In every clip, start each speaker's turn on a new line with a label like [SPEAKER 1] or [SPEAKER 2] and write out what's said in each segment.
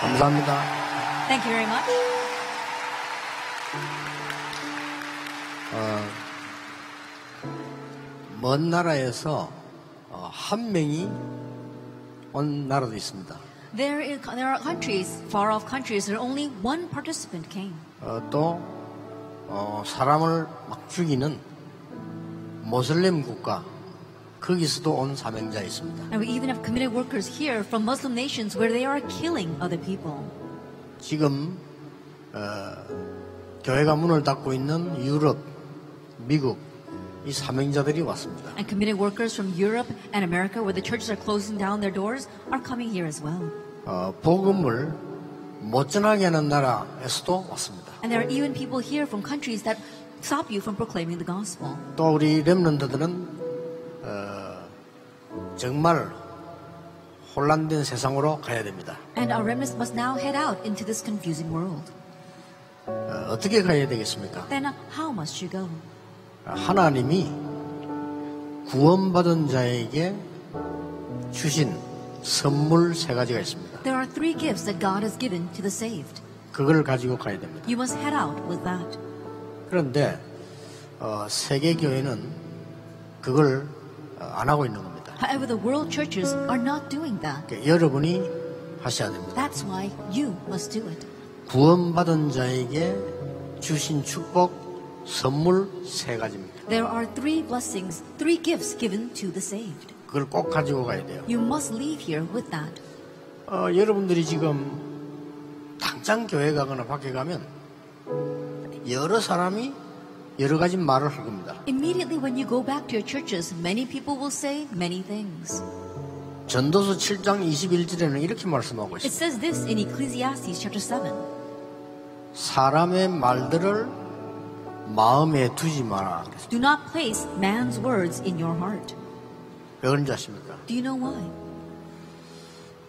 [SPEAKER 1] 감사합니다.
[SPEAKER 2] Thank you very much.
[SPEAKER 1] 먼 나라에서 어, 한 명이 온 나라도 있습니다.
[SPEAKER 2] There, is, there are countries, far off countries, where only one participant came.
[SPEAKER 1] 어, 또 어, 사람을 막 죽이는 모슬림 국가 거기서도 온 사명자 있습니다.
[SPEAKER 2] And we even have committed workers here from Muslim nations where they are killing other people.
[SPEAKER 1] 지금 어, 교회가 문을 닫고 있는 유럽, 미국 이 사명자들이 왔습니다.
[SPEAKER 2] And committed workers from Europe and America where the churches are closing down their doors are coming here as well.
[SPEAKER 1] 어, 복음을 못 전하게 하는 나라에서도 왔습니다.
[SPEAKER 2] And there are even people here from countries that stop you from proclaiming the gospel.
[SPEAKER 1] 또 우리 렘런드들은 어, 정말 혼란된 세상으로 가야 됩니다.
[SPEAKER 2] And our remnants must now head out into this confusing world.
[SPEAKER 1] 어, 떻게 가야 되겠습니까?
[SPEAKER 2] Then how must you go?
[SPEAKER 1] 하나님이 구원받은 자에게 주신 선물 세 가지가 있습니다.
[SPEAKER 2] There are three gifts that God has given to the saved.
[SPEAKER 1] 그걸 가지고 가야 됩니다.
[SPEAKER 2] You must head out with that.
[SPEAKER 1] 그런데 어, 세계 교회는 그걸 어, 안 하고 있는 겁니다.
[SPEAKER 2] However, the world churches are not doing that.
[SPEAKER 1] 그러니까 여러분이 하셔야 됩니다.
[SPEAKER 2] That's why you must do it.
[SPEAKER 1] 구원받은 자에게 주신 축복 선물 세 가지입니다.
[SPEAKER 2] There are three blessings, three gifts given to the saved.
[SPEAKER 1] 그걸 꼭 가지고 가야 돼요.
[SPEAKER 2] You must leave here with that.
[SPEAKER 1] 어, 여러분들이 지금 당장 교회 가거나 밖에 가면 여러 사람이 여러 가지 말을 할 겁니다.
[SPEAKER 2] Immediately when you go back to your churches, many people will say many things.
[SPEAKER 1] 전도서 7장 21절에는 이렇게 말씀하고
[SPEAKER 2] It
[SPEAKER 1] 있습니다.
[SPEAKER 2] says this in Ecclesiastes chapter 7.
[SPEAKER 1] 사람의 말들을 마음에 두지 마라. 그랬어요.
[SPEAKER 2] Do not place man's words in your heart.
[SPEAKER 1] 왜 그런지 아십니까?
[SPEAKER 2] Do you know why?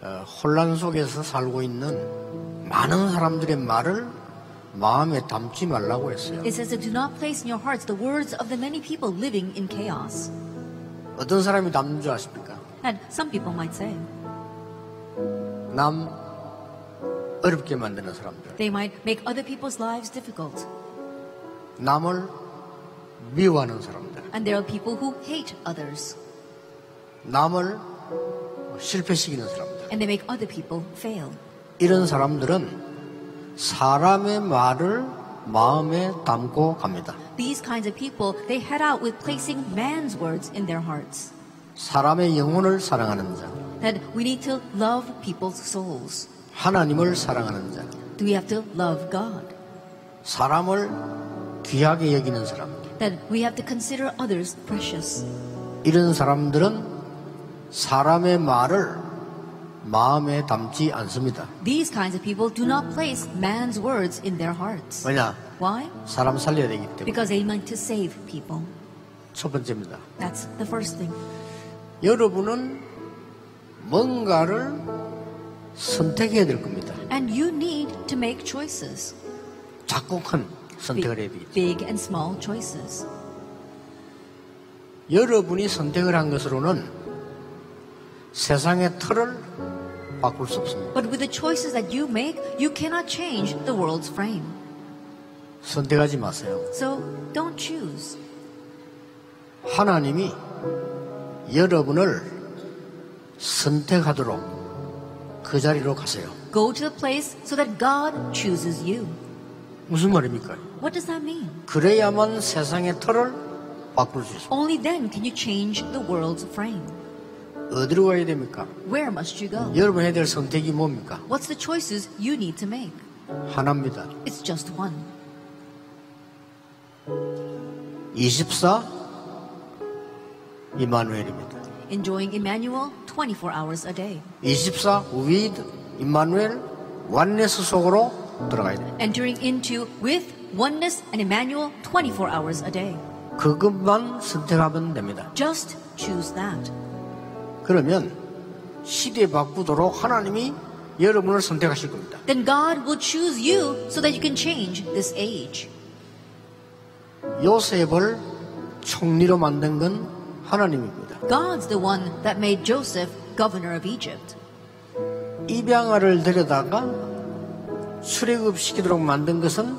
[SPEAKER 1] 어, 혼란 속에서 살고 있는 많은 사람들의 말을 마음에 담지 말라고 했어요.
[SPEAKER 2] It says that do not place in your hearts the words of the many people living in chaos.
[SPEAKER 1] 어떤 사람이 담는 줄 아십니까?
[SPEAKER 2] And some people might say,
[SPEAKER 1] 남 어렵게 만드는 사람들,
[SPEAKER 2] they might make other people's lives difficult.
[SPEAKER 1] 남을 미워하는 사람들,
[SPEAKER 2] And there are people who hate others,
[SPEAKER 1] 남을 실패시키는 사람들.
[SPEAKER 2] and they make other people fail.
[SPEAKER 1] 이런 사람들은 사람의 말을 마음에 담고 갑니다.
[SPEAKER 2] These kinds of people, they head out with placing man's words in their hearts.
[SPEAKER 1] 사람의 영혼을 사랑하는 자,
[SPEAKER 2] That we need to love people's souls.
[SPEAKER 1] 하나님을 사랑하는 자,
[SPEAKER 2] Do we have to love God?
[SPEAKER 1] 사람을 귀하게 여기는 사람들.
[SPEAKER 2] That we have to consider others precious.
[SPEAKER 1] 이런 사람들은 사람의 말을 마음에 담지 않습니다.
[SPEAKER 2] These kinds of people do not place man's words in their hearts.
[SPEAKER 1] 왜냐?
[SPEAKER 2] Why?
[SPEAKER 1] 사람 살려야 되기 때문에.
[SPEAKER 2] Because they meant to save people.
[SPEAKER 1] 첫 번째입니다.
[SPEAKER 2] That's the first thing.
[SPEAKER 1] 여러분은 뭔가를 선택해야 될 겁니다.
[SPEAKER 2] And you need to make choices.
[SPEAKER 1] 자꾸 큰
[SPEAKER 2] Big,
[SPEAKER 1] 선택을 해야 되겠죠.
[SPEAKER 2] big and small choices.
[SPEAKER 1] 여러분이 선택을 한 것으로는 세상의 틀을 바꿀 수 없습니다.
[SPEAKER 2] But with the choices that you make, you cannot change the world's frame.
[SPEAKER 1] 선택하지 마세요.
[SPEAKER 2] So don't choose.
[SPEAKER 1] 하나님이 여러분을 선택하도록 그 자리로 가세요.
[SPEAKER 2] Go to the place so that God chooses you.
[SPEAKER 1] 무슨 말입니까?
[SPEAKER 2] What does that mean?
[SPEAKER 1] 그래야만 세상의 틀을 바꿀 수 있습니다.
[SPEAKER 2] Only then can you change the world's frame.
[SPEAKER 1] 어디로 가야 됩니까?
[SPEAKER 2] Where must you go?
[SPEAKER 1] 여러분 해야 될 선택이 뭡니까?
[SPEAKER 2] What's the choices you need to make?
[SPEAKER 1] 하나입니다.
[SPEAKER 2] It's just one.
[SPEAKER 1] 24 이마누엘입니다.
[SPEAKER 2] Enjoying Emmanuel 24 hours a day.
[SPEAKER 1] 24 with 이마누엘 완네스 속으로 들어가야 돼요.
[SPEAKER 2] Entering into with oneness and Emmanuel 24 hours a day.
[SPEAKER 1] 그것만 선택하면 됩니다.
[SPEAKER 2] Just choose that.
[SPEAKER 1] 그러면 시대 바꾸도록 하나님이 여러분을 선택하실 겁니다.
[SPEAKER 2] Then God will choose you so that you can change this age.
[SPEAKER 1] 요셉을 총리로 만든 건 하나님입니다.
[SPEAKER 2] God's the one that made Joseph governor of Egypt.
[SPEAKER 1] 입양아를 데려다가 출애굽 시키도록 만든 것은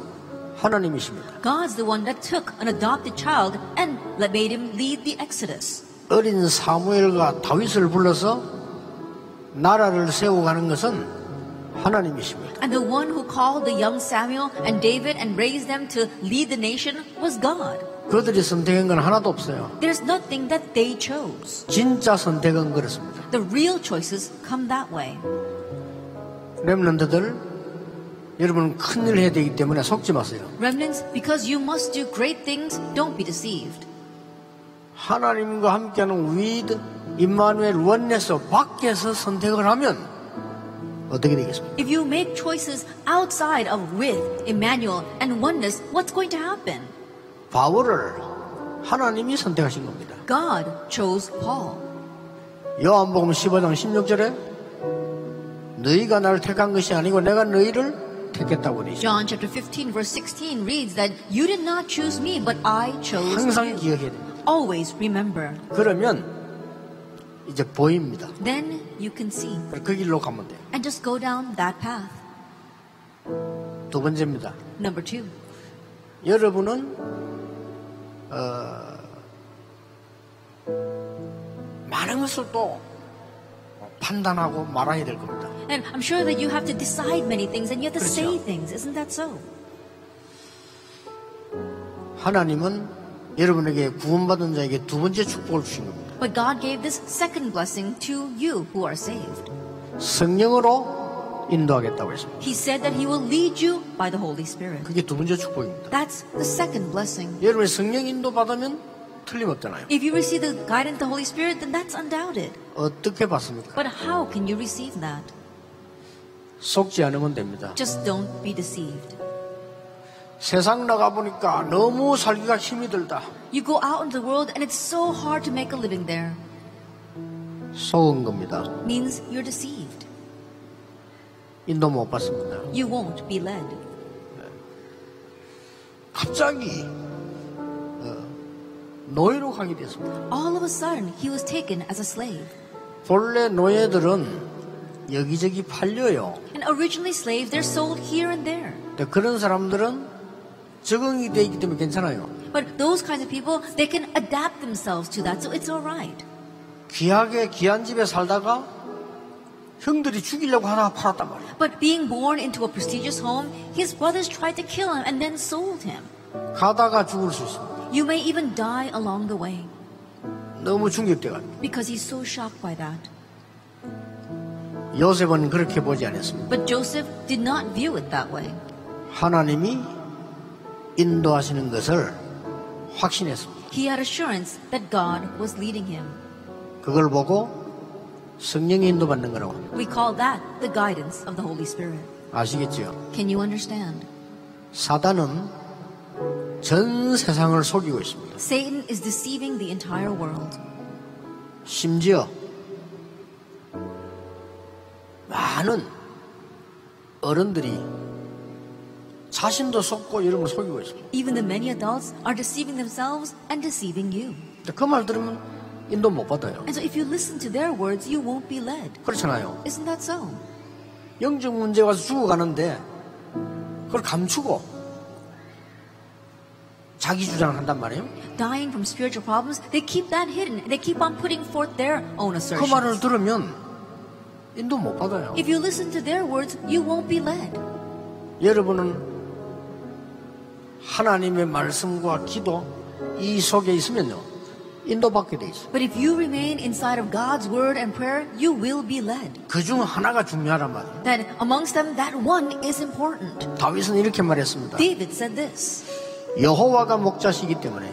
[SPEAKER 1] 하나님이십니다.
[SPEAKER 2] God's the one that took an adopted child and le- made him lead the Exodus.
[SPEAKER 1] 어린 사무엘과 다윗을 불러서 나라를 세워가는 것은 하나님이십니다.
[SPEAKER 2] And the one who called the young Samuel and David and raised them to lead the nation was God.
[SPEAKER 1] 그들이 선택한 건 하나도 없어요.
[SPEAKER 2] There's nothing that they chose.
[SPEAKER 1] 진짜 선택은 그렇습니다.
[SPEAKER 2] The real choices come that way.
[SPEAKER 1] 렘런드들 여러분 큰일 해야 되기 때문에 속지 마세요.
[SPEAKER 2] Remnants, because you must do great things, don't be deceived.
[SPEAKER 1] 하나님과 함께하는 위드 임마누엘 원내서 밖에서 선택을 하면 어떻게 되겠습니까?
[SPEAKER 2] If you make choices outside of with Emmanuel and oneness, what's going to happen?
[SPEAKER 1] 바울을 하나님이 선택하신 겁니다.
[SPEAKER 2] God chose Paul.
[SPEAKER 1] 요한복음 15장 16절에 너희가 나를 택한 것이 아니고 내가 너희를 택했다고 그러죠.
[SPEAKER 2] John chapter 15 verse 16 reads that you did not choose me, but I chose
[SPEAKER 1] 항상
[SPEAKER 2] you.
[SPEAKER 1] 기억해야 됩니다.
[SPEAKER 2] Always remember.
[SPEAKER 1] 그러면 이제 보입니다.
[SPEAKER 2] Then you can see.
[SPEAKER 1] 그 길로 가면 돼요.
[SPEAKER 2] And just go down that path.
[SPEAKER 1] 두 번째입니다.
[SPEAKER 2] Number two.
[SPEAKER 1] 여러분은 어, 많은 것을 또 판단하고 말아야 될 겁니다.
[SPEAKER 2] And I'm sure that you have to decide many things and you have to say things. Isn't that so?
[SPEAKER 1] 하나님은 여러분에게 구원받은 자에게 두 번째 축복을 주신 겁니다.
[SPEAKER 2] But God gave this second blessing to you who are saved.
[SPEAKER 1] 성령으로 인도하겠다고 했습니다.
[SPEAKER 2] He said that He will lead you by the Holy Spirit.
[SPEAKER 1] 그게 두 번째 축복입니다.
[SPEAKER 2] That's the second blessing.
[SPEAKER 1] 여러분이 성령 인도 받으면 틀림없잖아요.
[SPEAKER 2] If you receive the guidance of the Holy Spirit, then that's undoubted.
[SPEAKER 1] 어떻게 받습니까?
[SPEAKER 2] But how can you receive that?
[SPEAKER 1] 속지 않으면 됩니다.
[SPEAKER 2] Just don't be deceived.
[SPEAKER 1] 세상 나가 보니까 너무 살기가 힘이 들다.
[SPEAKER 2] You go out into the world and it's so hard to make a living there.
[SPEAKER 1] 속은 겁니다.
[SPEAKER 2] Means you're deceived.
[SPEAKER 1] 인도 못 받습니다.
[SPEAKER 2] You won't be led.
[SPEAKER 1] 갑자기 어, 노예로 가게 됐습니다.
[SPEAKER 2] All of a sudden, he was taken as a slave.
[SPEAKER 1] 본래 노예들은 여기저기 팔려요.
[SPEAKER 2] And originally slaves, they're sold here and there.
[SPEAKER 1] 근데 그런 사람들은 적응이 돼 있기 때문에 괜찮아요.
[SPEAKER 2] But those kinds of people, they can adapt themselves to that, so it's all right.
[SPEAKER 1] 귀하게 귀한 집에 살다가 형들이 죽이려고 하다가 팔았단 말이에요.
[SPEAKER 2] But being born into a prestigious home, his brothers tried to kill him and then sold him.
[SPEAKER 1] 가다가 죽을 수 있어요.
[SPEAKER 2] You may even die along the way
[SPEAKER 1] 너무 충격돼가지고.
[SPEAKER 2] because he's so shocked by that.
[SPEAKER 1] 요셉은 그렇게 보지 않았습니다.
[SPEAKER 2] But Joseph did not view it that way.
[SPEAKER 1] 하나님이 인도하시는 것을 확신했습니다.
[SPEAKER 2] He had assurance that God was leading him.
[SPEAKER 1] 그걸 보고 성령이 인도받는 거라고 합니다.
[SPEAKER 2] We call that the guidance of the Holy Spirit.
[SPEAKER 1] 아시겠지요?
[SPEAKER 2] Can you understand?
[SPEAKER 1] 사단은 전 세상을 속이고 있습니다.
[SPEAKER 2] Satan is deceiving the entire world.
[SPEAKER 1] 심지어 많은 어른들이 자신도 속고 여러분을 속이고 있습니다.
[SPEAKER 2] Even the many adults are deceiving themselves and deceiving you.
[SPEAKER 1] 그 말 들으면 인도 못 받아요.
[SPEAKER 2] And so if you listen to their words, you won't be led.
[SPEAKER 1] 그렇잖아요.
[SPEAKER 2] Isn't that so?
[SPEAKER 1] 영적 문제 와서 죽어가는데 그걸 감추고 자기 주장을 한단 말이에요. 그
[SPEAKER 2] Dying from spiritual problems, they keep that hidden. They keep on putting forth their own
[SPEAKER 1] 그 말을
[SPEAKER 2] assertions.
[SPEAKER 1] 들으면 인도 못 받아요.
[SPEAKER 2] If you listen to their words, you won't be led.
[SPEAKER 1] 여러분은 하나님의 말씀과 기도 이 속에 있으면요 인도받게 돼 있어요.
[SPEAKER 2] But if you remain inside of God's word and prayer, you will be led.
[SPEAKER 1] 그 중 하나가 중요하란 말이에요.
[SPEAKER 2] Then amongst them, that one is important.
[SPEAKER 1] 다윗은 이렇게 말했습니다.
[SPEAKER 2] David said this
[SPEAKER 1] 여호와가 목자시기 때문에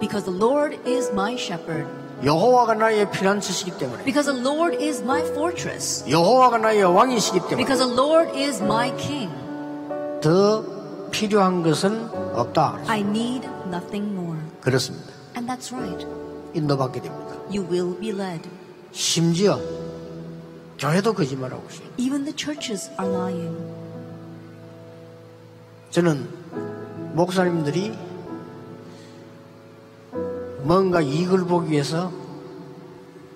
[SPEAKER 2] Because the Lord is my shepherd,
[SPEAKER 1] 여호와가 나의 피난처시기 때문에
[SPEAKER 2] because the Lord is my fortress,
[SPEAKER 1] 여호와가 나의 왕이시기 때문에
[SPEAKER 2] because the Lord is my king.
[SPEAKER 1] 더 필요한 것은 없다.
[SPEAKER 2] I need nothing more.
[SPEAKER 1] 그렇습니다.
[SPEAKER 2] And that's right.
[SPEAKER 1] 인도받게 됩니다.
[SPEAKER 2] You will be led.
[SPEAKER 1] 심지어 교회도 거짓말하고 있어요.
[SPEAKER 2] Even the churches are lying.
[SPEAKER 1] 저는 목사님들이 뭔가 이익을 보기 위해서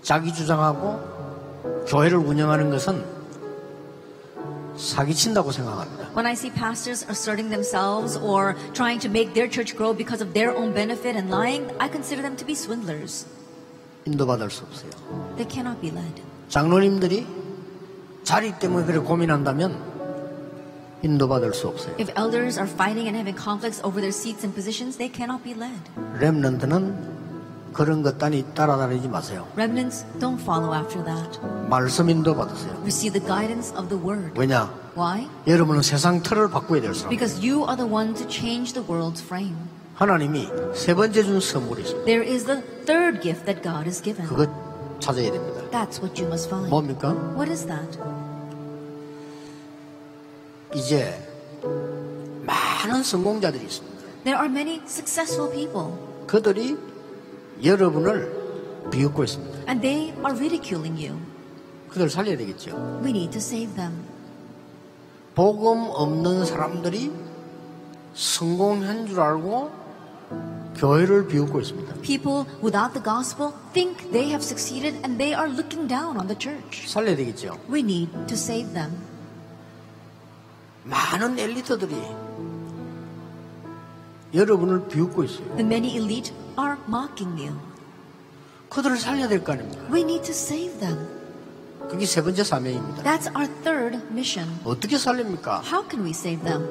[SPEAKER 1] 자기 주장하고 교회를 운영하는 것은 사기친다고 생각합니다.
[SPEAKER 2] When I see pastors asserting themselves or trying to make their church grow because of their own benefit and lying, I consider them to be swindlers.
[SPEAKER 1] 인도받을 수 없어요.
[SPEAKER 2] They cannot be led.
[SPEAKER 1] 장로님들이 자리 때문에 그래 고민한다면 인도받을 수 없어요.
[SPEAKER 2] If elders are fighting and having conflicts over their seats and positions, they cannot be led.
[SPEAKER 1] 렘넌트는 그런 것 따니 따라다니지 마세요.
[SPEAKER 2] Remnants don't follow after that.
[SPEAKER 1] 말씀 인도받으세요.
[SPEAKER 2] Receive the guidance of the word.
[SPEAKER 1] 왜냐?
[SPEAKER 2] Why?
[SPEAKER 1] 여러분은 세상 틀을 바꿔야 될 사람.
[SPEAKER 2] Because you are the one to change the world's frame.
[SPEAKER 1] 하나님이 세 번째 준 선물이 있어요.
[SPEAKER 2] There is the third gift that God has given.
[SPEAKER 1] 그것 찾아야 됩니다.
[SPEAKER 2] That's what you must find.
[SPEAKER 1] 뭡니까?
[SPEAKER 2] What is that?
[SPEAKER 1] 이제 많은 성공자들이 있습니다.
[SPEAKER 2] There are many successful people,
[SPEAKER 1] 그들이 여러분을 비웃고 있습니다.
[SPEAKER 2] and they are ridiculing you.
[SPEAKER 1] 그들 살려야 되겠죠.
[SPEAKER 2] We need to save them.
[SPEAKER 1] 복음 없는 사람들이 성공한 줄 알고 교회를 비웃고 있습니다.
[SPEAKER 2] People without the gospel think they have succeeded and they are looking down on the church.
[SPEAKER 1] 살려야 되겠죠.
[SPEAKER 2] We need to save them.
[SPEAKER 1] 많은 엘리트들이 여러분을 비웃고 있어요.
[SPEAKER 2] The many elite are mocking you.
[SPEAKER 1] 그들을 살려야 될 거 아닙니까?
[SPEAKER 2] We need to save them.
[SPEAKER 1] 그게 세 번째 사명입니다.
[SPEAKER 2] That's our third mission.
[SPEAKER 1] 어떻게 살립니까?
[SPEAKER 2] How can we save them?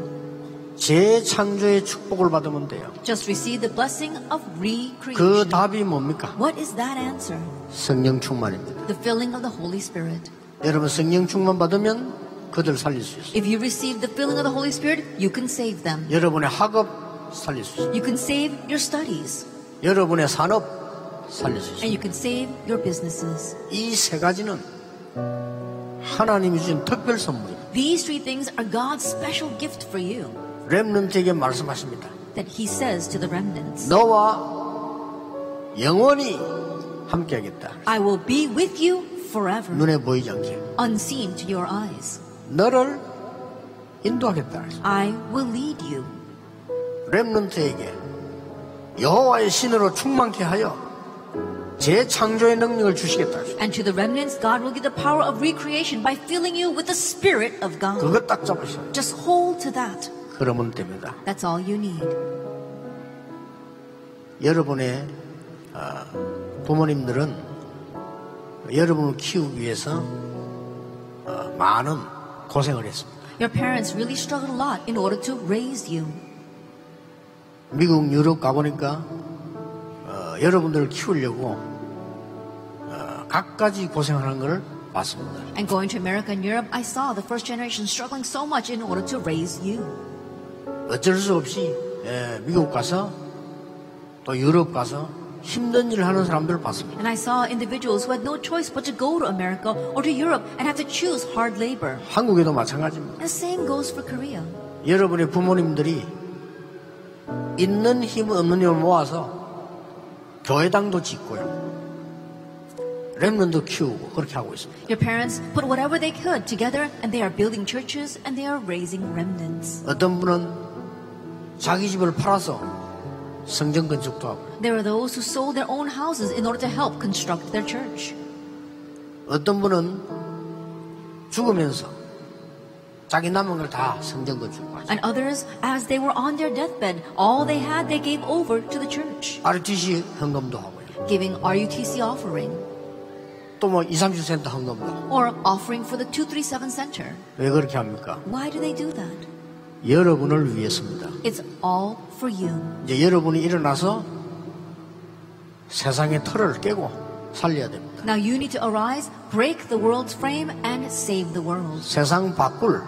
[SPEAKER 1] 재창조의 축복을 받으면 돼요.
[SPEAKER 2] Just receive the blessing of
[SPEAKER 1] 그
[SPEAKER 2] recreation.
[SPEAKER 1] 답이 뭡니까?
[SPEAKER 2] What is that answer?
[SPEAKER 1] 성령 충만입니다.
[SPEAKER 2] The filling of the Holy Spirit.
[SPEAKER 1] 여러분 성령 충만 받으면 그들 살릴 수 있어요.
[SPEAKER 2] If you receive the filling of the Holy Spirit, you can save them.
[SPEAKER 1] 여러분의 학업 살릴 수 있어요.
[SPEAKER 2] You can save your studies
[SPEAKER 1] 여러분의 산업 살릴 수 있어요.
[SPEAKER 2] and you can save your businesses.
[SPEAKER 1] 이 세 가지는 하나님이 주신 특별 선물입니다.
[SPEAKER 2] These three things are God's special gift for you
[SPEAKER 1] 렘넌트에게 말씀하십니다.
[SPEAKER 2] that He says to the remnants
[SPEAKER 1] 너와 영원히 함께하겠다.
[SPEAKER 2] I will be with you forever,
[SPEAKER 1] 눈에 보이지 않게
[SPEAKER 2] unseen to your eyes.
[SPEAKER 1] 너를 인도하겠다.
[SPEAKER 2] I will lead you.
[SPEAKER 1] 렘넌트에게 여호와의 신으로 충만케 하여 재창조의 능력을 주시겠다.
[SPEAKER 2] And to the remnants, God will give the power of recreation by filling you with the Spirit of God.
[SPEAKER 1] 그것 딱 잡으셔요.
[SPEAKER 2] Just hold to that.
[SPEAKER 1] 그러면 됩니다.
[SPEAKER 2] That's all you need.
[SPEAKER 1] 여러분의 어, 부모님들은 여러분을 키우기 위해서 어, 많은 고생을 했습니다.
[SPEAKER 2] Your parents really struggled a lot in order to raise you.
[SPEAKER 1] 미국 유럽 가보니까 어, 여러분들을 키우려고 어, 갖가지 고생하는 걸 봤습니다.
[SPEAKER 2] And going to America and Europe, I saw the first generation struggling so much in order to raise you.
[SPEAKER 1] 어쩔 수 없이 예, 미국 가서 또 유럽 가서 힘든 일을 하는 사람들을 봤습니다.
[SPEAKER 2] And I saw individuals who had no choice but to go to America or to Europe and have to choose hard labor.
[SPEAKER 1] 한국에도 마찬가지입니다.
[SPEAKER 2] And the same goes for Korea.
[SPEAKER 1] 여러분의 부모님들이 있는 힘 없는 힘을 모아서 교회당도 짓고요. 랩런도 키우고 그렇게 하고 있습니다.
[SPEAKER 2] Your parents put whatever they could together and they are building churches and they are raising remnants.
[SPEAKER 1] 어떤 분은 자기 집을 팔아서 성전 건축도 하고
[SPEAKER 2] There are those who sold their own houses in order to help construct their church.
[SPEAKER 1] 어떤 분은 죽으면서 자기 남은 걸 다 성전 건축하고
[SPEAKER 2] And others, as they were on their deathbed, all they had they gave over to the church,
[SPEAKER 1] RTC 헌금도 하고요.
[SPEAKER 2] giving RUTC offering
[SPEAKER 1] 또 뭐 2, 30센트 헌금도 하고.
[SPEAKER 2] or offering for the 237 Center.
[SPEAKER 1] 왜 그렇게 합니까?
[SPEAKER 2] Why do they do that?
[SPEAKER 1] 여러분을 위해서입니다.
[SPEAKER 2] It's all for you.
[SPEAKER 1] 이제 여러분이 일어나서 세상의 틀을 깨고 살려야 됩니다.
[SPEAKER 2] Now you need to arise, break the world's frame, and save the world.
[SPEAKER 1] 세상 바꿀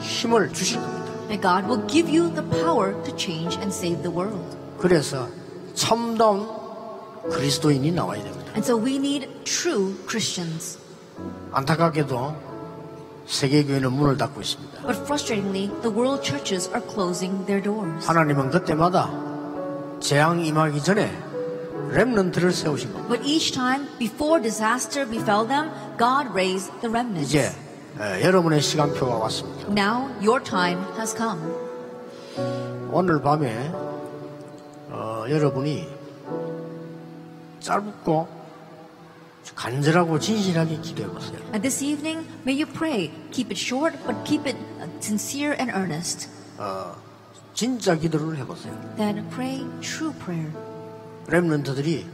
[SPEAKER 1] 힘을 주실 겁니다.
[SPEAKER 2] And God will give you the power to change and save the world.
[SPEAKER 1] 그래서 첨다운 그리스도인이 나와야 됩니다.
[SPEAKER 2] And so we need true Christians.
[SPEAKER 1] 안타깝게도 세계교회는 문을 닫고 있습니다.
[SPEAKER 2] But frustratingly, the world churches are closing their doors.
[SPEAKER 1] 하나님은 그때마다 재앙 임하기 전에 렘넌트를 세우신 겁니다.
[SPEAKER 2] But each time before disaster befell them, God raised the remnants.
[SPEAKER 1] 이제 에, 여러분의 시간표가 왔습니다.
[SPEAKER 2] Now your time has come.
[SPEAKER 1] 오늘 밤에 어, 여러분이 짧고 간절하고 진실하게 기도해 보세요.
[SPEAKER 2] And this evening, may you pray. Keep it short, but keep it uh, sincere and earnest.
[SPEAKER 1] 어, 진짜 기도를 해보세요.
[SPEAKER 2] Then pray true prayer.
[SPEAKER 1] 렘런트들이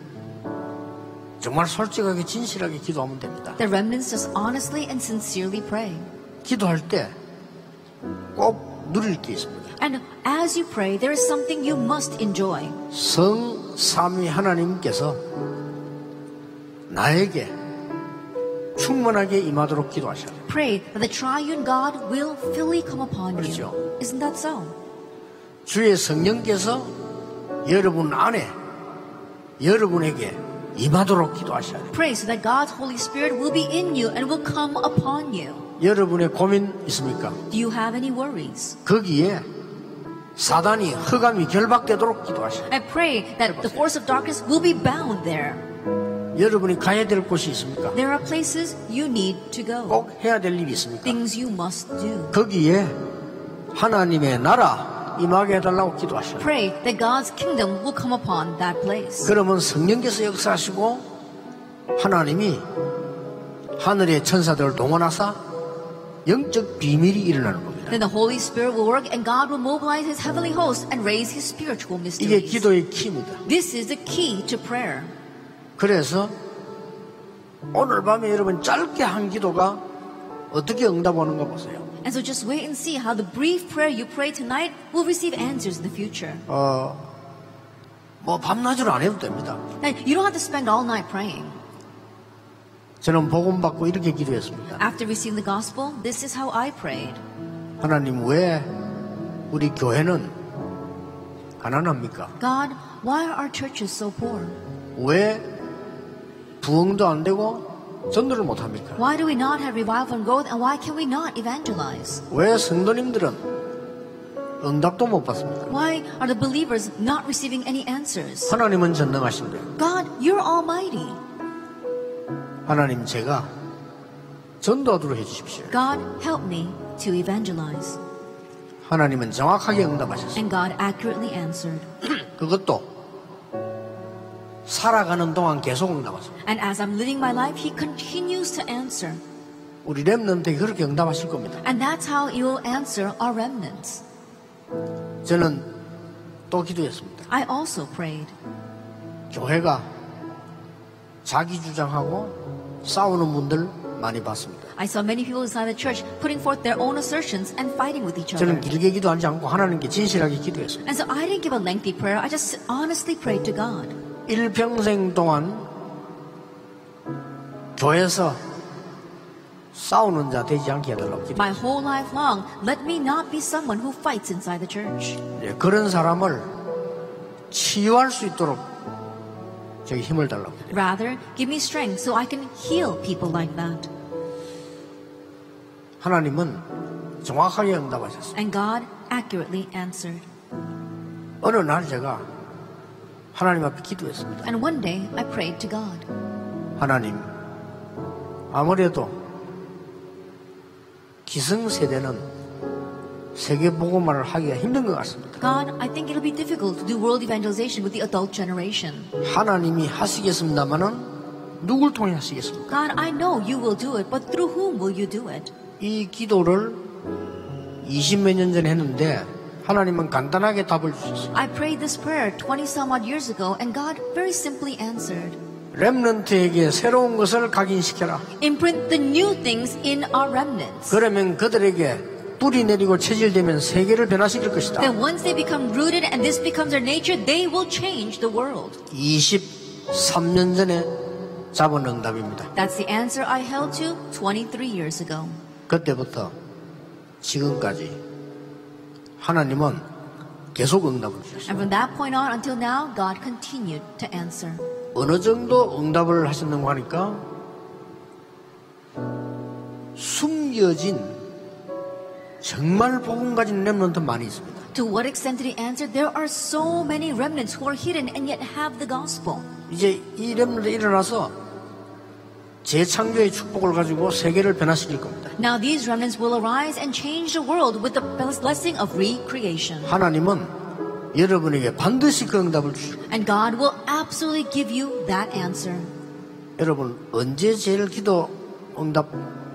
[SPEAKER 1] 정말 솔직하게 진실하게 기도하면 됩니다.
[SPEAKER 2] The remnants just honestly and sincerely pray.
[SPEAKER 1] 기도할 때 꼭 누릴 게 있습니다.
[SPEAKER 2] And as you pray, there is something you must enjoy.
[SPEAKER 1] 성 삼위 하나님께서 나에게 충만하게 임하도록 기도하셔.
[SPEAKER 2] Pray that the triune God will fully come upon you.
[SPEAKER 1] 그렇죠.
[SPEAKER 2] Isn't that so?
[SPEAKER 1] 주의 성령께서 여러분 안에 여러분에게 임하도록 기도하셔야 돼요.
[SPEAKER 2] Pray so that God's Holy Spirit will be in you and will come upon you.
[SPEAKER 1] 여러분의 고민 있습니까?
[SPEAKER 2] Do you have any worries?
[SPEAKER 1] 거기에 사단이 허감이 결박되도록 기도하셔야 돼요.
[SPEAKER 2] I pray that the force of darkness will be bound there.
[SPEAKER 1] 여러분이 가야 될 곳이 있습니까?
[SPEAKER 2] There are places you need to go,
[SPEAKER 1] 꼭 해야 될 일이 있습니까?
[SPEAKER 2] things you must do.
[SPEAKER 1] 거기에 하나님의 나라 임하게 해달라고 기도하셔야 돼요.
[SPEAKER 2] Pray that God's kingdom will come upon that place.
[SPEAKER 1] 그러면 성령께서 역사하시고 하나님이 하늘의 천사들을 동원하사 영적 비밀이 일어나는 겁니다.
[SPEAKER 2] Then the Holy Spirit will work and God will mobilize His heavenly host and raise His spiritual
[SPEAKER 1] 이게
[SPEAKER 2] mysteries.
[SPEAKER 1] 기도의 키입니다.
[SPEAKER 2] This is the key to prayer.
[SPEAKER 1] 그래서 오늘 밤에 여러분 짧게 한 기도가 어떻게 응답하는 거 보세요.
[SPEAKER 2] And so just wait and see how the brief prayer you pray tonight will receive answers in the future.
[SPEAKER 1] 어, 뭐 밤낮으로 안 해도 됩니다.
[SPEAKER 2] Now, you don't have to spend all night praying.
[SPEAKER 1] 저는 복음 받고 이렇게 기도했습니다.
[SPEAKER 2] After receiving the gospel, this is how I prayed.
[SPEAKER 1] 하나님 왜 우리 교회는 가난합니까?
[SPEAKER 2] God, why are our churches so poor?
[SPEAKER 1] 왜 부흥도 안 되고 전도를 못 합니까?
[SPEAKER 2] Why do we not have revival and growth, and why can we not evangelize?
[SPEAKER 1] 왜 성도님들은 응답도 못 받습니까?
[SPEAKER 2] Why are the believers not receiving any answers?
[SPEAKER 1] 하나님은 전능하신데
[SPEAKER 2] God, you're almighty.
[SPEAKER 1] 하나님 제가 전도하도록 해주십시오.
[SPEAKER 2] God, help me to evangelize.
[SPEAKER 1] 하나님은 정확하게 응답하셨습니다.
[SPEAKER 2] And God accurately answered.
[SPEAKER 1] 그것도 살아가는 동안 계속 응답하셨습니다.
[SPEAKER 2] And as I'm living my life, He continues to answer.
[SPEAKER 1] 우리 랩런트에 그렇게 응답하실 겁니다.
[SPEAKER 2] And that's how you will answer our remnants.
[SPEAKER 1] 저는 또 기도했습니다.
[SPEAKER 2] I also prayed
[SPEAKER 1] 교회가 자기 주장하고 싸우는 분들 많이 봤습니다.
[SPEAKER 2] I saw many people inside the church putting forth their own assertions and fighting with each other.
[SPEAKER 1] 저는 길게 기도하지 않고 하나님께 진실하게 기도했습니다.
[SPEAKER 2] And so I didn't give a lengthy prayer. I just honestly prayed to God.
[SPEAKER 1] 일평생 동안 교회에서 싸우는 자 되지 않게 해달라고 기도.
[SPEAKER 2] My whole life long, let me not be someone who fights inside the church.
[SPEAKER 1] 예, 그런 사람을 치유할 수 있도록 저희 힘을 달라고.
[SPEAKER 2] Rather, give me strength so I can heal people like that.
[SPEAKER 1] 하나님은 정확하게 응답하셨어요.
[SPEAKER 2] And God accurately answered.
[SPEAKER 1] 어느 날 제가 하나님 앞에 기도했습니다.
[SPEAKER 2] And one day I prayed to God.
[SPEAKER 1] 하나님, 아무래도 기성세대는 세계 보고만을 하기가 힘든 것 같습니다.
[SPEAKER 2] God, I think it'll be difficult to do world evangelization with the adult generation.
[SPEAKER 1] 하나님이 하시겠습니다마는 누굴 통해 하시겠습니까?
[SPEAKER 2] God, I know you will do it, but through whom will you do it?
[SPEAKER 1] 이 기도를 20몇 년 전에 했는데 하나님은 간단하게 답을 주셨어요.
[SPEAKER 2] I prayed this prayer 20 some odd years ago, and God very simply answered
[SPEAKER 1] 렘넌트에게 새로운 것을 각인시켜라.
[SPEAKER 2] Imprint the new things in our remnants.
[SPEAKER 1] 그러면 그들에게 뿌리 내리고 체질되면 세계를 변화시킬 것이다.
[SPEAKER 2] Then, once they become rooted and this becomes their nature, they will change the world.
[SPEAKER 1] 23년 전에 잡은 응답입니다.
[SPEAKER 2] That's the answer I held to 23 years ago.
[SPEAKER 1] 그때부터 지금까지 하나님은 계속 응답을 주셨어요.
[SPEAKER 2] And from that point on until now, God continued to answer.
[SPEAKER 1] 어느 정도 응답을 하셨는고 하니까 숨겨진 정말 복음 가진 렘넌트 많이 있습니다.
[SPEAKER 2] To what extent did He answer? There are so many remnants who are hidden and yet have the gospel.
[SPEAKER 1] 이제 이 렘넌트 일어나서 재창조의 축복을 가지고 세계를 변화시킬 겁니다.
[SPEAKER 2] Now, these remnants will arise and change the world with the blessing of recreation.
[SPEAKER 1] 하나님은 여러분에게 반드시 그 응답을 주실
[SPEAKER 2] And God will absolutely give you that answer.
[SPEAKER 1] 거예요. 여러분 언제 제일 기도 응답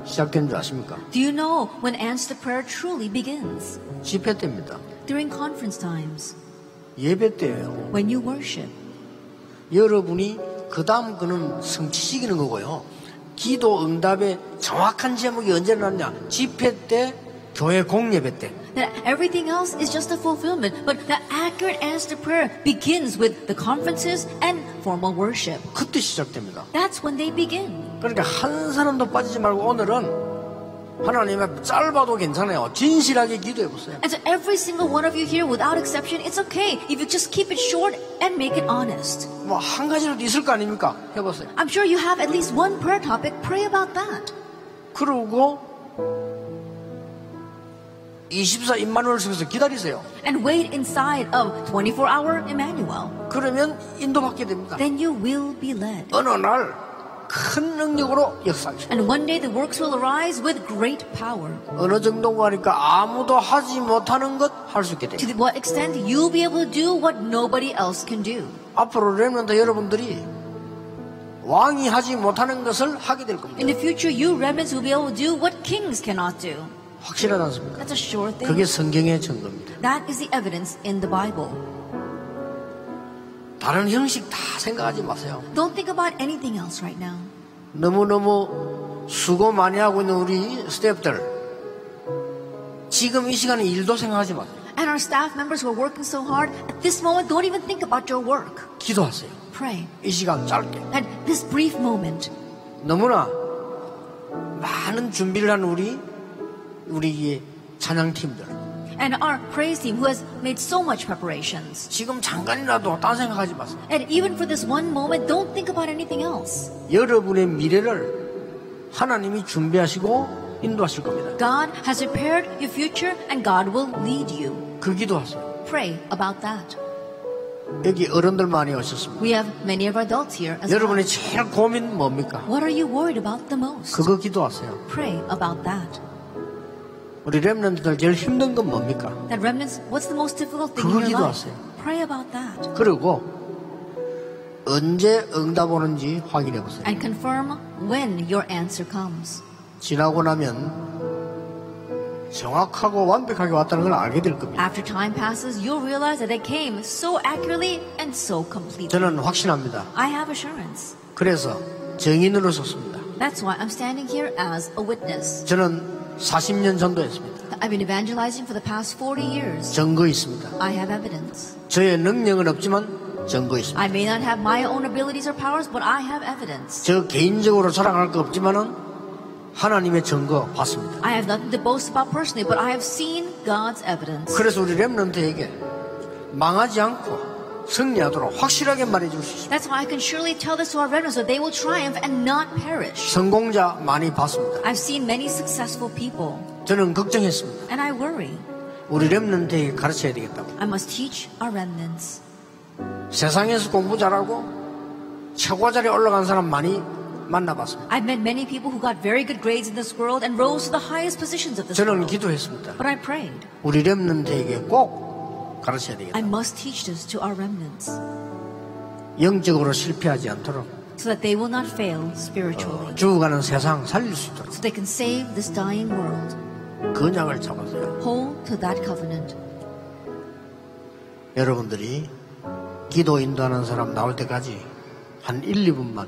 [SPEAKER 1] 시작된 줄 아십니까?
[SPEAKER 2] Do you know when answered prayer truly begins?
[SPEAKER 1] 집회 때입니다.
[SPEAKER 2] During conference times,
[SPEAKER 1] 예배 때예요.
[SPEAKER 2] when you worship.
[SPEAKER 1] 여러분이 그 다음 거는 성취시키는 거고요. 기도 응답의 정확한 제목이 언제 나왔냐? 집회 때, 교회 공예배 때.
[SPEAKER 2] That everything else is just a fulfillment, but the accurate answer to prayer begins with the conferences and formal worship.
[SPEAKER 1] 그때 시작됩니다.
[SPEAKER 2] That's when they begin.
[SPEAKER 1] 그러니까 한 사람도 빠지지 말고 오늘은 하나님 앞에 짧아도 괜찮아요. 진실하게 기도해 보세요.
[SPEAKER 2] And so every single one of you here, without exception, it's okay if you just keep it short and make it honest.
[SPEAKER 1] 뭐 한 가지라도 있을 거 아닙니까? 해보세요.
[SPEAKER 2] I'm sure you have at least one prayer topic. Pray about that.
[SPEAKER 1] 그러고 24 임마누엘 속에서 기다리세요.
[SPEAKER 2] And wait inside of 24 hour Emmanuel.
[SPEAKER 1] 그러면 인도받게 됩니다.
[SPEAKER 2] Then you will be led.
[SPEAKER 1] 어느 날 큰 능력으로 역사하죠.
[SPEAKER 2] And one day the works will arise with great power.
[SPEAKER 1] 어느 정도 가니까 아무도 하지 못하는 것 할 수 있게
[SPEAKER 2] To
[SPEAKER 1] 돼요.
[SPEAKER 2] the- what extent you'll be able to do what nobody else can do.
[SPEAKER 1] 앞으로 렘런트 여러분들이 왕이 하지 못하는 것을 하게 될 겁니다.
[SPEAKER 2] In the future, you remnants will be able to do what kings cannot do.
[SPEAKER 1] 확실하지 않습니까?
[SPEAKER 2] That's a sure
[SPEAKER 1] 그게
[SPEAKER 2] thing.
[SPEAKER 1] 성경의 증거입니다.
[SPEAKER 2] That is the evidence in the Bible.
[SPEAKER 1] 다른 형식 다 생각하지 마세요.
[SPEAKER 2] Don't think about anything else right now.
[SPEAKER 1] 너무너무 수고 많이 하고 있는 우리 스태프들 지금 이 시간에 일도 생각하지 마세요.
[SPEAKER 2] And our staff members who are working so hard, at this moment, don't even think about your work.
[SPEAKER 1] 기도하세요.
[SPEAKER 2] Pray.
[SPEAKER 1] 이 시간 짧게.
[SPEAKER 2] At this brief moment,
[SPEAKER 1] 너무나 많은 준비를 한 우리 우리 이 찬양팀들
[SPEAKER 2] and our praise team who has made so much preparations.
[SPEAKER 1] 지금 잠깐이라도 딴 생각하지 마세요.
[SPEAKER 2] And even for this one moment, don't think about anything else.
[SPEAKER 1] 여러분의 미래를 하나님이 준비하시고 인도하실 겁니다.
[SPEAKER 2] God has prepared your future and God will lead you.
[SPEAKER 1] 그 기도하세요.
[SPEAKER 2] Pray about that.
[SPEAKER 1] 여기 어른들 많이 오셨습니다.
[SPEAKER 2] We have many of our adults here as well.
[SPEAKER 1] 여러분의 제일 고민 뭡니까?
[SPEAKER 2] What are you worried about the most?
[SPEAKER 1] 그거 기도하세요.
[SPEAKER 2] Pray about that.
[SPEAKER 1] 우리 렘런트들 제일 힘든 건 뭡니까?
[SPEAKER 2] That remnants, what's the most difficult thing
[SPEAKER 1] 그걸
[SPEAKER 2] in your life?
[SPEAKER 1] 기도하세요.
[SPEAKER 2] Pray about that.
[SPEAKER 1] 그리고 언제 응답 오는지 확인해 보세요.
[SPEAKER 2] And confirm when your answer comes.
[SPEAKER 1] 지나고 나면 정확하고 완벽하게 왔다는 걸 알게 될 겁니다.
[SPEAKER 2] After time passes, you'll realize that it came so accurately and so completely.
[SPEAKER 1] 저는 확신합니다.
[SPEAKER 2] I have assurance.
[SPEAKER 1] 그래서 정인으로 섰습니다.
[SPEAKER 2] That's why I'm standing here as a witness.
[SPEAKER 1] 저는 40년 전도했습니다.
[SPEAKER 2] I've been evangelizing for the past 40 years.
[SPEAKER 1] 증거 있습니다.
[SPEAKER 2] I have evidence.
[SPEAKER 1] 저의 능력은 없지만 증거 있습니다.
[SPEAKER 2] I may not have my own abilities or powers, but I have evidence.
[SPEAKER 1] 저 개인적으로 자랑할 거 없지만은 하나님의 증거 봤습니다.
[SPEAKER 2] I have nothing to boast about personally, but I have seen God's evidence.
[SPEAKER 1] 그래서 우리 렘런트에게 망하지 않고 승리하도록 확실하게 말해줄 수 있습니다.
[SPEAKER 2] That's why I can surely tell this to our remnants that they will triumph and not perish.
[SPEAKER 1] 성공자 많이 봤습니다.
[SPEAKER 2] I've seen many successful people,
[SPEAKER 1] 저는 걱정했습니다.
[SPEAKER 2] and I worry.
[SPEAKER 1] 우리 렘런트에게 가르쳐야 되겠다고.
[SPEAKER 2] I must teach our remnants.
[SPEAKER 1] 세상에서 공부 잘하고 최고 자리에 올라간 사람 많이 만나봤습니다.
[SPEAKER 2] I've met many people who got very good grades in this world and rose to the highest positions of this
[SPEAKER 1] 저는
[SPEAKER 2] world.
[SPEAKER 1] 기도했습니다.
[SPEAKER 2] But I prayed.
[SPEAKER 1] 우리 렘넌트에게 꼭 가르쳐야
[SPEAKER 2] I
[SPEAKER 1] 되겠다.
[SPEAKER 2] must teach this to our remnants
[SPEAKER 1] 영적으로 실패하지 않도록
[SPEAKER 2] so that they will not fail spiritually,
[SPEAKER 1] 죽어가는 세상 살릴 수 있도록
[SPEAKER 2] so they can save this dying world.
[SPEAKER 1] 근약을 잡아서요.
[SPEAKER 2] Hold to that covenant.
[SPEAKER 1] 여러분들이 기도 인도하는 사람 나올 때까지 한 1, 2분만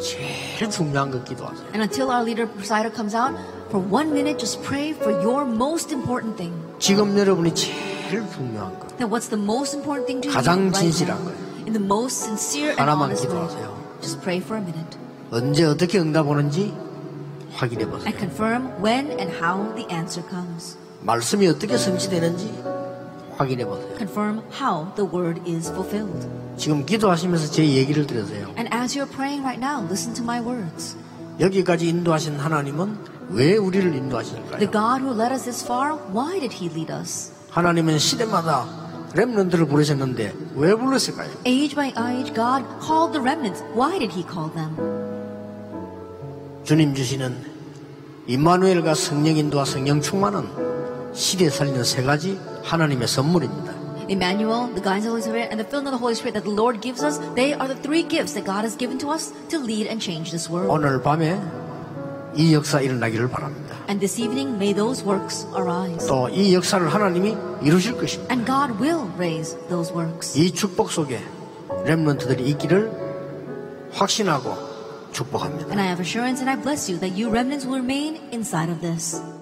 [SPEAKER 1] 제일 중요한 거 기도하세요.
[SPEAKER 2] And until our leader presider comes out, for one minute, just pray for your most important thing.
[SPEAKER 1] 지금 여러분이 제일 중요한 거
[SPEAKER 2] Now, what's the most important thing to
[SPEAKER 1] 가장
[SPEAKER 2] you
[SPEAKER 1] 진실한
[SPEAKER 2] now?
[SPEAKER 1] 거예요.
[SPEAKER 2] In the most sincere and
[SPEAKER 1] 하나만
[SPEAKER 2] honest way.
[SPEAKER 1] 기도하세요.
[SPEAKER 2] Just pray for a minute
[SPEAKER 1] 언제 어떻게 응답 오는지 확인해 보세요.
[SPEAKER 2] and confirm when and how the answer comes.
[SPEAKER 1] 말씀이 어떻게 성취되는지 확인해 보세요.
[SPEAKER 2] Confirm how the word is fulfilled.
[SPEAKER 1] 지금 기도하시면서 제 얘기를 들으세요.
[SPEAKER 2] And as you're praying right now, listen to my words.
[SPEAKER 1] 여기까지 인도하신 하나님은 왜 우리를
[SPEAKER 2] The
[SPEAKER 1] 인도하실까요?
[SPEAKER 2] God who led us this far, why did he lead us?
[SPEAKER 1] 하나님은 시대마다 렘런트를 부르셨는데 왜 부르셨을까요?
[SPEAKER 2] Age by age, God called the remnants. Why did he call them?
[SPEAKER 1] 주님 주시는 임마누엘과 성령 인도와 성령 충만은 시대 살리는 세 가지 하나님의 선물입니다.
[SPEAKER 2] Emmanuel, the guidance of the Holy Spirit, and the filling of the Holy Spirit that the Lord gives us, they are the three gifts that God has given to us to lead and change this world.
[SPEAKER 1] 오늘 밤에 이 역사 일어나기를 바랍니다.
[SPEAKER 2] And this evening, may those works arise.
[SPEAKER 1] 또 이 역사를 하나님이 이루실 것입니다.
[SPEAKER 2] And God will raise those works.
[SPEAKER 1] 이 축복 속에 렘런트들이 있기를 확신하고 축복합니다.
[SPEAKER 2] And I have assurance and I bless you that you remnants will remain inside of this.